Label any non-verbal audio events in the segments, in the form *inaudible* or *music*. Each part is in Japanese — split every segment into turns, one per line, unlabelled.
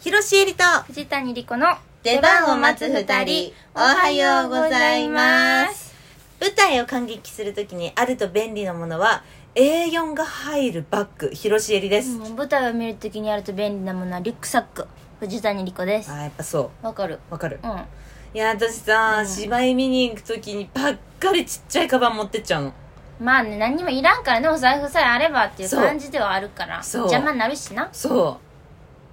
広しえりと
藤谷莉子の
出番を待つ二人おはようございます舞台を感激するときにあると便利なものは A4 が入るバッグ広しえりです、
もう舞台を見るときにあると便利なものはリュックサック藤谷莉子です
あーやっぱそ
わかる
うわかる、
うん
いや私さ、
うん
芝居見に行くときにばっかりちっちゃいカバン持ってっちゃうの
まあね何にもいらんからねお財布さえあればっていう
そう
感じではあるから
そう
邪魔になるしな
そ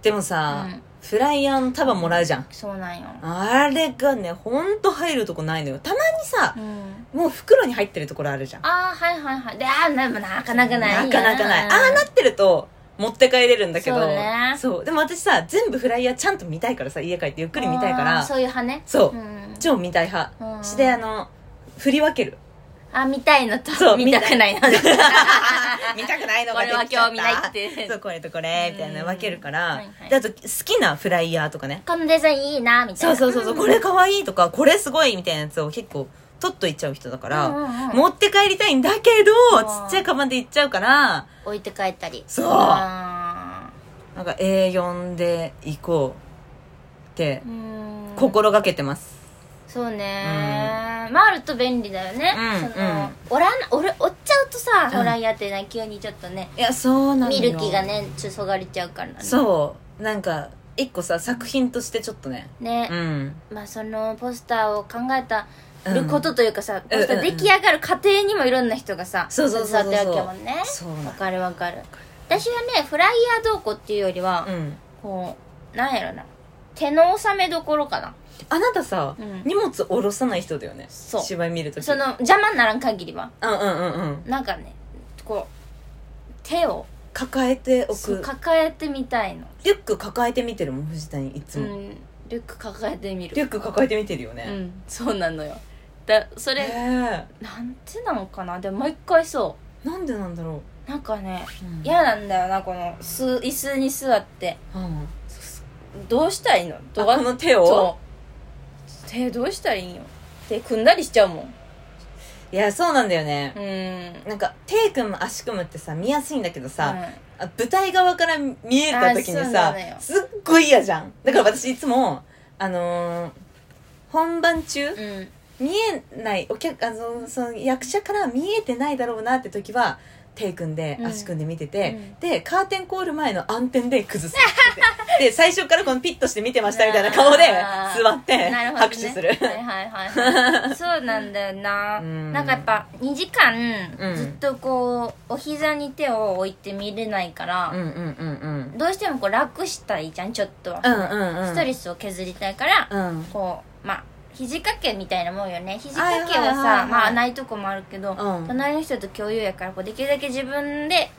うでもさ、
うん
フライヤーの束もらうじゃん
そうなんよ
あれがねほんと入るとこないのよたまにさ
う、ん
もう袋に入ってるところあるじゃん
ああはいはいはいでああななかなかな
な
い
かなかない、ああなってると持って帰れるんだけど
そうね
そうでも私さ全部フライヤーちゃんと見たいからさ家帰ってゆっくり見たいから
そういう派ね
そう
うん
超見たい派、
うん
してあの振り分ける
*laughs* あ見たいの
そう
と見たくない
*laughs*
ので
見たくないのが出てきち
これ
ゃ
は
った
興味ないって
そうこれとこれみたいなの分けるから、
うんはいはい
であと好きなフライヤーとかね
このデザインいいなみたい
そう
な
そうそうそうこれ可愛いとかこれすごいみたいなやつを結構取っといっちゃう人だから、持って帰りたいんだけど
うん
ちっちゃいカバンで行っちゃうから
置いて帰ったり
そう
あ
なんか A4 で行こうって
ーうん
心がけてます、
そうねまああると便利だよね
うん
そ
うん
のおらん俺折っちゃうとさ
ん
フライヤーってな急にちょっとね
いやそうなの
ミ
よ
ルキーがねちょっとそがれちゃうからね
そうなんか一個さ作品としてちょっとね
ね
うん
まあそのポスターを考えたることというかさ、
うん
ポスター出来上がる過程にもいろんな人がさ、
そうそうそうそう
携わってるわけやもんね
そうなの
わかるわかる私はねフライヤーどうこうっていうよりは、
うん
こうなんやろな手の納めどころかな
あなたさ、
うん
荷物下ろさない人だよね
そう
芝居見るとき
その邪魔にならん限りは
うんうんうんうん
なんかねこう手を
抱えてお
そう
く
抱えてみたいの、
リュック抱えて見てるもん藤谷いつ
う
も、
ん、リュック抱えてみる
リュック抱えて見てるよ
う
ね、
んそうなのよだそ
ね
れ
え
なんてなのかなでも毎回そ
なんでなんだろ
うなんかね
う、うん、
嫌なんだよなこのす椅子に座って
うん、
どうしたらいいの
あ
ど
この手を
そう手どうしたらいいんよ手組んだりしちゃうもん
いやそうなんだよね
う、ん
なんか手組む足組むってさ見やすいんだけどさ、
うん
あ舞台側から見えた時
あ
に
そうな
さ
のよ
すっごい嫌じゃんだから私いつもあのー本番中、
うん
見えないお客あのその役者から見えてないだろうなって時は手組んで
うん
足組んで見てて、
うん
でカーテンコール前の暗転で崩す
*laughs*
ってで最初からこのピッとして見てましたみたいな顔で
あー
座って
なるほどね
拍手する
はいは
*laughs*
いはいそうなんだよな
うん
なんかやっぱ2時間
うん
ずっとこうお膝に手を置いて見れないか
うん
ら、
うんうんうん
どうしてもこう楽したいじゃんちょっとは、
うんうんうん
ストレスを削りたいから、
うん
こうまあ肘掛けみたいなもんよね肘掛け
はいはは
はい
いは
さ
い
まあないとこもあるけど、
うん
隣の人と共有やからこうできるだけ自分で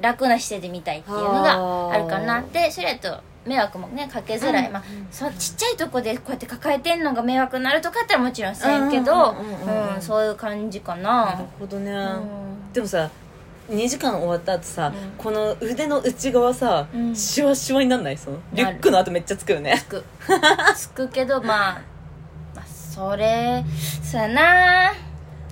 楽な姿勢で見たいっていうのがあるかな
あー
でそれやと迷惑もねかけづらい、
うん
まあそうちっちゃいとこでこうやって抱えてんのが迷惑になるとかやったらもちろんせんけど
うんうんうんうんうん
うんそういう感じか
なる
な、
ほどね、
うん
でもさ2時間終わった後さ、
うん
この腕の内側さ、
うん
シワシワになんないそのリュ
なる
ックの後めっちゃつくよね
つくつくけどまあ、まあ、それそうやな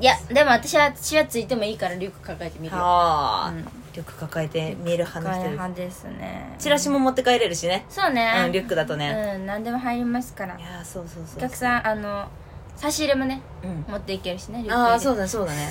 いやでも私は血はついてもいいからリュック抱えてみるよ
はあ、
うん
リュック抱えて見える派の人
大
です
派ですね
チラシも持って帰れるしね、
そうね、
うん、リュックだとね、
うん何でも入りますから
いやーそうそうそう
お客さんあの差し入れもね
うん
持っていけるしねリュック入れて
ああそうだそうだ *laughs* ね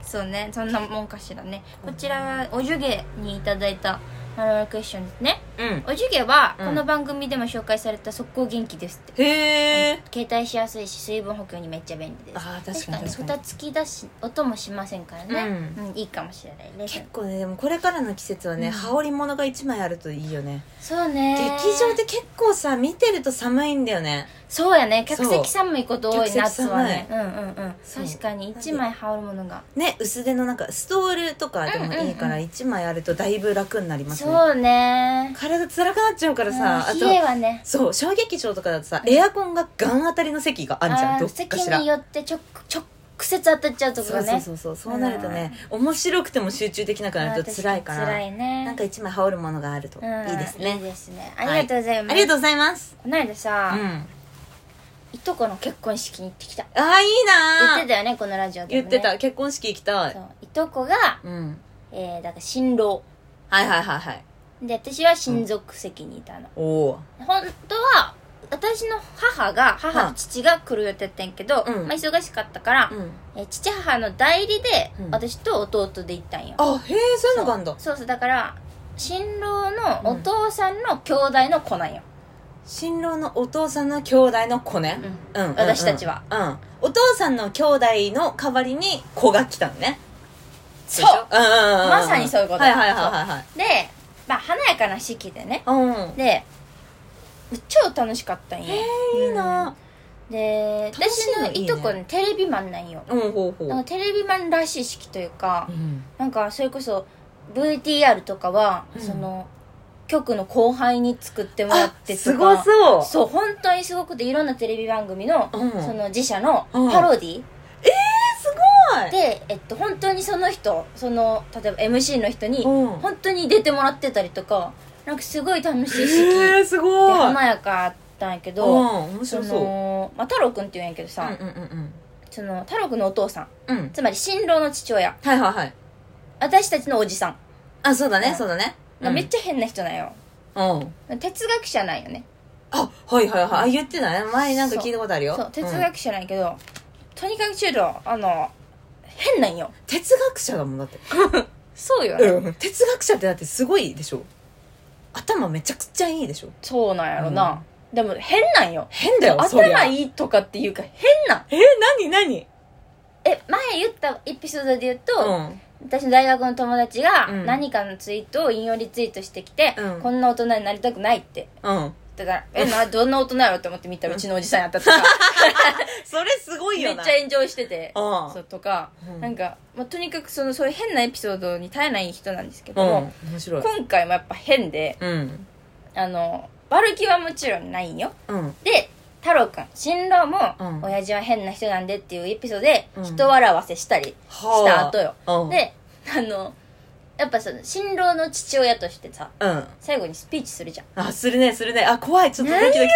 そうねそんなもんかしらねこちらはおじゅげにいただいたマロラクエスチョンですね
うん
おじゅげは
うん
この番組でも紹介された速攻元気ですって、
へえ
携帯しやすいし水分補給にめっちゃ便利です
ああ確かに確か
蓋
に
付きだし音もしませんからね、
う
うんいいかもしれないね
結構ねでもこれからの季節はね、
うん
羽織物が1枚あるといいよね、
そうね
劇場って結構さ見てると寒いんだよね
そうやね客
そう
席寒いこと多
客
い
席
夏
寒い
はねうんうんうん
そう
確かに一枚羽織るものが
ね薄手のなんかストールとかでもいいから
うん
1枚あるとだいぶ楽になりますね、
そうね
体辛くなっちゃうからさ、
うん冷え
あと
はね
そう小劇場とかだとさエアコンがガン当たりの席があんじゃん
ー
どっかしら
席によってちょ直接当たっちゃうとこ
そう
が
そう
ね
そうそうそうなるとね、面白くても集中できなくなると辛いから
辛いね
なんか一枚羽織るものがあると
うん
いいです
いい
ね、
ですねありがとうございます、
ありがとうございます
こないだ
うん
さ、
あ
いとこの結婚式に行ってきた
あいいな
言って
た
たよねこのラジオで
言
も、ね、
ってた結婚式行きたい
そういとこが、
うん
えー、だから新郎
はいはいはいはい
で私は親族席にいたの、
おお
本当は私の母が母と父が来る予定だったんやけど、
うん
まあ、忙しかったから、
ー。うん。
えー父母の代理で
うん
私と弟で行ったんよ、
あ、へえ、そういうのがあんだ。
そうそうだから新郎のお父さんの兄弟の子なんよ、
新郎のお父さんの兄弟の子ね。うん。うん
私たちは。
うん。お父さんの兄弟の代わりに子が来たのね。
そ
でしょ
う
うんうんうんうん。
まさにそういうこと
はいはいはいはいはい。
で、まあ、華やかな式でね
うん。
で超楽しかったんよ
へえ、いいな。
で
楽しい
私
の
の
いい
い
ね
とこねテレビマンなんよ
うん、ほうほ
なん
う
か。テレビマンらしい式というか
うん。
なんかそれこそ VTR とかは、
うん
その局の後輩に作ってもらっ
あ
て、とか
すごそう。
そう本当にすごくていろんなテレビ番組の、
うん
その自社の
うん
パロディ、
ごい
で、えっと、本当にその人その例えば MC の人に
うん
本当に出てもらってたりとかなんかすごい楽しい式
へ
で
え、すごい。
華やかだったんやけ
うん、
ど、
面
そ
白そう。
の、まあ、太郎くんって言うんやけどさ、
うんうんうん
その太郎くんのお父さん
うん。うん。
つまり新郎の父親
はいはいはい。
私たちのおじさん
あ、そうだ
う
ね、
ん
そうだね。
がめっ
ゃ。
ちゃ変な人なんよ、
うん。
哲学者なんよね
あ、はいはいはい。あ、言ってない前なんか聞いたことあるよ。
そう哲
うん
学者なんやけど、とにかくちょっとあの変なんよ
哲学者だもんだって。
そうよね、
うん哲学者ってだってすごいでしょ頭めちゃくちゃいいでしょ
そうなんやろな、でも変なんよ
変だよそりゃ
頭いいとかっていうか変なん
え何何
え前言ったエピソードで言う
う
と、
ん
私の大学の友達が
うん
何かのツイートを引用リツイートしてきて、
うん
こんな大人になりたくないって
うん
だからえなどんな大人やろって思って見たらうちのおじさんやったと
*laughs*
か
それすごい
め
よ
っ
な
ちゃ炎上してて
うん
そうとか、
うん
なんか、まあ、とにかくそのそういう変なエピソードに耐えない人なんですけど
うん
も、
面白い
今回もやっぱ変で
うん
あの悪気はもちろんないんよ
うん
で太郎くん新郎も、
うん
親父は変な人なんでっていうエピソードで
うん
人笑わせしたりした後よ、
うん
であのやっぱその新郎の父親としてさ
うん
最後にスピーチするじゃん
あするねするねあ怖いちょっとドキドキする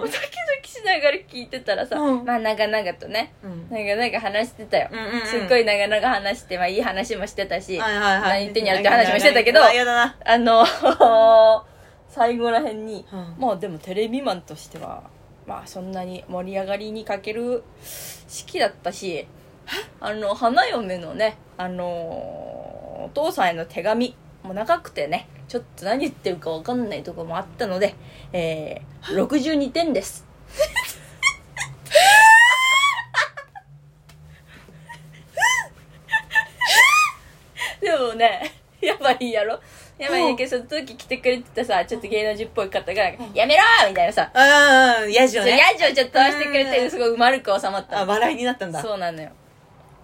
ドキドキしながら聞いてたらさ、
うん
まあ長々とね
うんうん
長々話してたよ、
うんうんうん
すっごい長々話して、まあ、いい話もしてたし、
はいはいはい
何言ってんやろって話もしてたけど
あ嫌だな
あの *laughs* 最後らへんに、
うん
まあでもテレビマンとしてはまあそんなに盛り上がりに欠ける式だったしあの花嫁のねあのお父さんへの手紙も長くてねちょっと何言ってるか分かんないとこもあったので、えー、62点ですでもねやばいやろやばいんやけどその時来てくれてたさちょっと芸能人っぽい方が「やめろ!」みたいなさ
うんうんヤジ
ちょ
を
っと
ね
ヤジをちょっと飛ばしてくれてすごい丸く収まった
あ
の
笑いになったんだ
そうなのよ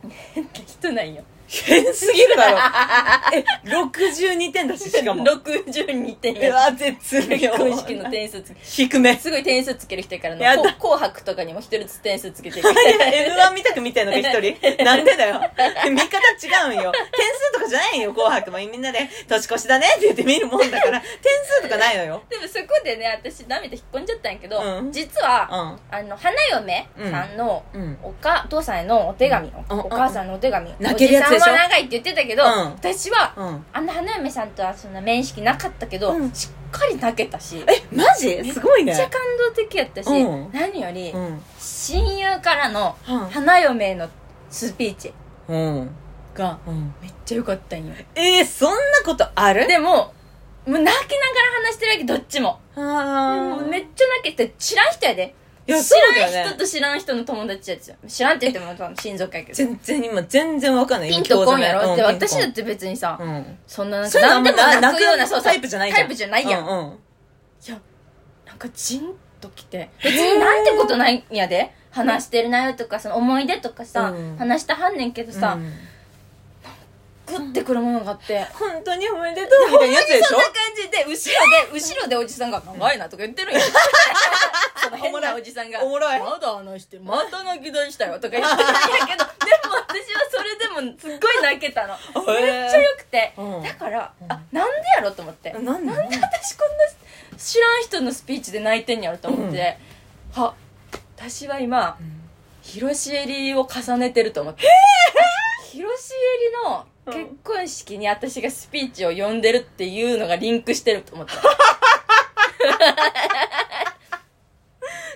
*laughs* 変な人なんよ
変すぎるだろ
*laughs*
え62点だししか *laughs* も
62点
う
や
わ絶
結
妙
婚式の点数つけ
低め
すごい点数つける人やから
や
な
だ
こう紅白とかにも一人ずつ点数つけてる
N1 見たく見てんのか一人なんでだよ見方違うんよ点数とかじゃないよ紅白もみんなで「年越しだね」って言って見るもんだから点数とかないのよ
*laughs* でもそこでね私涙引っ込んじゃったんやけど、
うん
実は、
うん
あの花嫁さんの、
うん
おかお父さんへのお手紙、
うん
お母さんのお手紙、
泣けるやつでしょ
おじさんは長いって言ってたけど、
うん
私は、
うん
あんな花嫁さんとはそんな面識なかったけど、
うん
しっかり泣けたし
えマジすごい
めっちゃ
ね
感動的やったし、
うん
何より、
うん
親友からの
うん
花嫁へのスピーチ
うん
が
うん
めっちゃ良かったんよ
えー、そんなことある
でももう泣きながら話してるわけどっちも
あ
もう
ー
めっちゃ泣けて知らん人やで
いや
知
そうだよね
らん人と知らん人の友達やつよ知らんって言ってもまあ親族やけど
全然今全然わかんない
ピンとこんやろって
うんピン
私
とこん
だって別にさ
うん
そんななん
そ
か
ういうのあんま
何でも泣
泣
く
く
ようなそうそう
タイプじゃないじゃん
タイプじゃないやん
うんうん
いやなんかジンときて別になんてことないんやで話してる内容とかその思い出とかさ、
うん
話したはんねんけどさ、
うん
グッてくるものがあって
本当におめでとうみたいなやつでし
そ
ょ
んな感じで後ろで後ろでおじさんが「長いな」とか言 *laughs* ってるんやその変なおじさんが
おもろい
まだ話してまた泣き出したよ」とか言ってるんやけどでも私はそれでもすっごい泣けたのめっちゃよくて、
うん
だからあなんでやろと思って、
なんで
なんで私こんな知らん人のスピーチで泣いてんやろと思って、は私は今広し襟を重ねてると思って広し襟の
うん
結婚式に私がスピーチを読んでるっていうのがリンクしてると思った。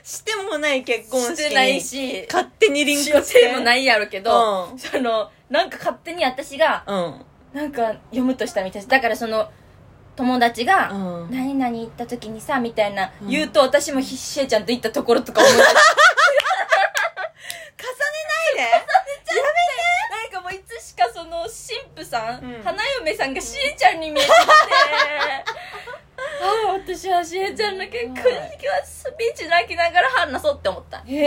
してもない結婚式
してないし、
勝手にリンク
し予定もないいやろけど、
うん
その、なんか勝手に私が、
うん
なんか読むとしたみたいです。だからその、友達が、
うん
何々行った時にさみたいな
うん
言うと、私もひっしーちゃんと行ったところとか思い *laughs* 出して
重ねない
なんかもういつしかその神父さん、
うん
花嫁さんがしーちゃんに見えて *laughs* きてああ私はしーちゃんの結婚式はスピーチ泣きながら話そうって思った
でへ
う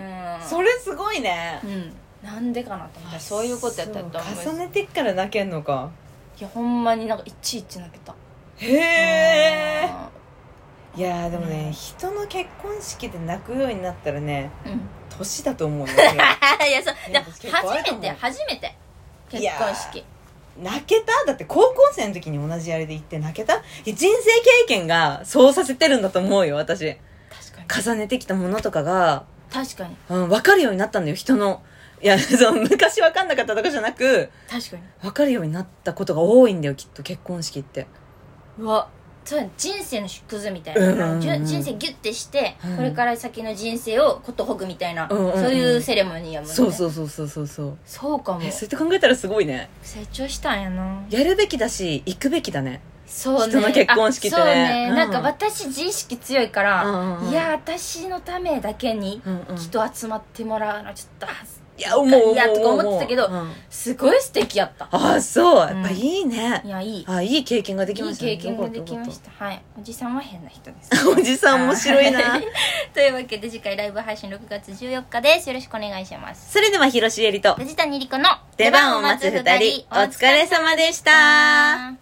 え、
ん
それすごいね
うんなんでかなと思ったそういうことやったと思う
そう重ねてっから泣けんのか
いやほんまになんかいちいち泣けた
へえいやーでもね、
うん
人の結婚式で泣くようになったらね
うん、うん
年だと思うよ
*laughs* いやそう
い
で
や
も
結構あると
初
思
め
う
て初めて結婚式
泣けただって高校生の時に同じあれで行って泣けたいや人生経験がそうさせてるんだと思うよ私
確かに
重ねてきたものとかが、
確かに
うん、分かるようになったんだよ人のいや *laughs* その昔分かんなかったとかじゃなく
確かに
分かるようになったことが多いんだよきっと結婚式って
うわそうやね人生の縮図みたいな、
うんうんうん
じゅ人生ギュッてして、
うん
これから先の人生をことほぐみたいな、
うんうんうん
そういうセレモニーやもんね
そう
う
そうそうそうそうそう
そうかも
えそうやって考えたらすごいね
成長したんやな
やるべきだし行くべきだね
そうね
人の結婚式ってね
あそうね、
うん
なんか私自意識強いから、
うんうんうん
いや私のためだけに
うんうん
人集まってもらうのちょっとあ
いや思う思う
いやとか思ってたけど
うんあ
すごい素敵やった
あそうやっぱ
うん
いいね
い、やいい
あいい経験ができ
い
ま
い
したね
経験ができましたはいおじさんは変な人で
*laughs*
す
おじさん面白いな
というわけで次回ライブ配信6月14日ですよろしくお願いしま
*laughs*
す
それでは広重エリと
藤谷莉子の
出番を待つ二人お疲れ様でした。